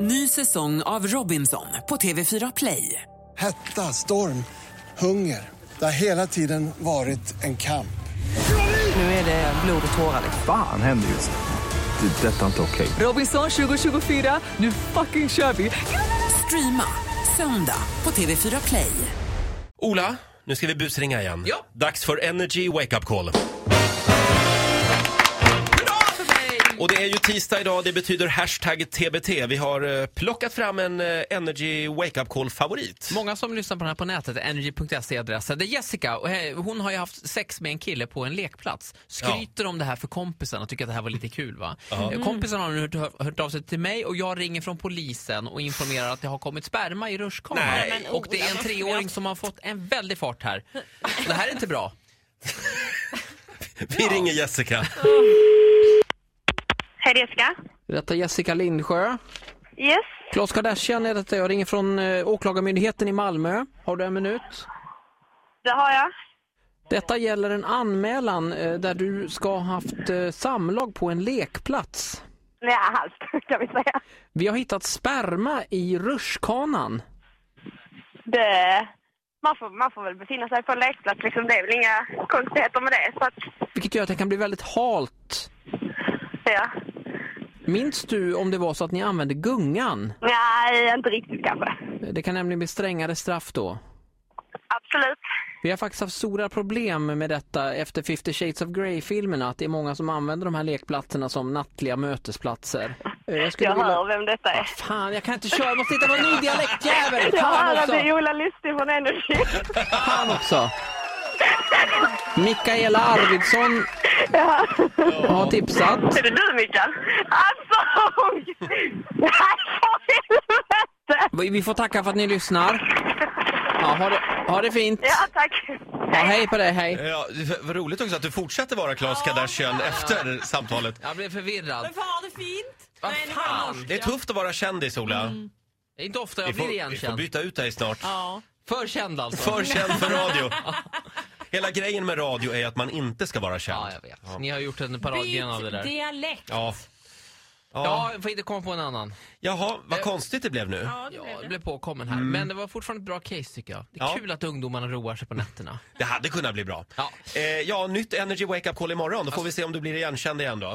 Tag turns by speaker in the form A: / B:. A: Ny säsong av Robinson på TV4 Play.
B: Hetta, storm, hunger. Det har hela tiden varit en kamp.
A: Nu är det blod och tårar.
C: Fan händer just nu. Det. är Detta är inte okej.
A: Robinson 2024, nu fucking kör vi! Streama söndag på TV4 Play.
D: Ola, nu ska vi busringa igen.
E: Ja.
D: Dags för Energy Wake Up Call. Och det är ju tisdag idag, det betyder hashtag TBT. Vi har eh, plockat fram en eh, Energy Wake Up Call-favorit.
E: Många som lyssnar på den här på nätet, energy.se är adressen. Det är Jessica, och he- hon har ju haft sex med en kille på en lekplats. Skryter om det här för kompisen och tycker att det här var lite kul va? Eh, Kompisen har nu hört, hört av sig till mig och jag ringer från polisen och informerar att det har kommit sperma i rutschkanan.
D: Nej.
E: Och det är en treåring som har fått en väldig fart här. Det här är inte bra.
D: Vi ringer Jessica.
F: Hej, det är Jessica.
E: Detta är Jessica Lindsjö.
F: Yes.
E: Klas Kardashian är detta, jag ringer från eh, Åklagarmyndigheten i Malmö. Har du en minut?
F: Det har jag.
E: Detta gäller en anmälan eh, där du ska ha haft eh, samlag på en lekplats.
F: Nej, halvt kan vi säga.
E: Vi har hittat sperma i rutschkanan.
F: Det, man, får, man får väl befinna sig på en lekplats. Liksom. Det är väl inga konstigheter med det. Så att,
E: Vilket gör att det kan bli väldigt halt.
F: ja.
E: Minns du om det var så att ni använde gungan? Eh,
F: Nej, inte riktigt kanske.
E: Det kan nämligen bli strängare straff då.
F: Absolut.
E: Vi har faktiskt haft stora problem med detta efter 50 shades of Grey-filmerna. Att det är många som använder de här lekplatserna som nattliga mötesplatser. Eh, Jag skulle
F: Jag
E: vilja...
F: hör vem detta är.
E: Fan, jag kan inte köra. Jag måste hitta på en ny dialektjävel!
F: Jag
E: Fan
F: hör att
E: också!
F: det är Ola Lustig från Energy.
E: han också. Mikaela Arvidsson har tipsat.
F: Är det du, Mikael? Alltså! oj. Nej, för helvete!
E: Vi får tacka för att ni lyssnar. Ja, ha, det, ha det fint.
F: Ja, tack.
E: Ja, hej på dig, hej.
D: Ja, vad roligt också att du fortsätter vara Klas Kardashian efter samtalet.
E: Jag blev förvirrad.
G: Men fan, det fint!
E: Vad
G: Nej, det
E: fan?
G: var norsk,
D: Det är
G: ja.
D: tufft att vara kändis, Ola.
E: Det är inte ofta
D: Vi,
E: Mm. jag
D: får,
E: blir
D: vi får
E: igenkänd.
D: byta ut dig snart.
G: Ja.
E: För känd alltså.
D: För känd för radio. Hela grejen med radio är att man inte ska vara känd.
E: Ja, jag vet. Ni har gjort en parodgren av det
G: Byt
E: där.
G: dialekt!
D: Ja.
E: Ja, jag får inte komma på en annan.
D: Jaha, vad konstigt det blev nu.
G: Ja, det
E: Ja,
G: blev
E: jag
G: det.
E: blev påkommen här. Men det var fortfarande ett bra case tycker jag. Det är
D: Mm. Ja.
E: kul att ungdomarna roar sig på nätterna.
D: Det hade kunnat bli bra.
E: Ja.
D: Eh, ja, nytt Energy Wake Up Call imorgon. Då får vi se om du blir igenkänd igen då.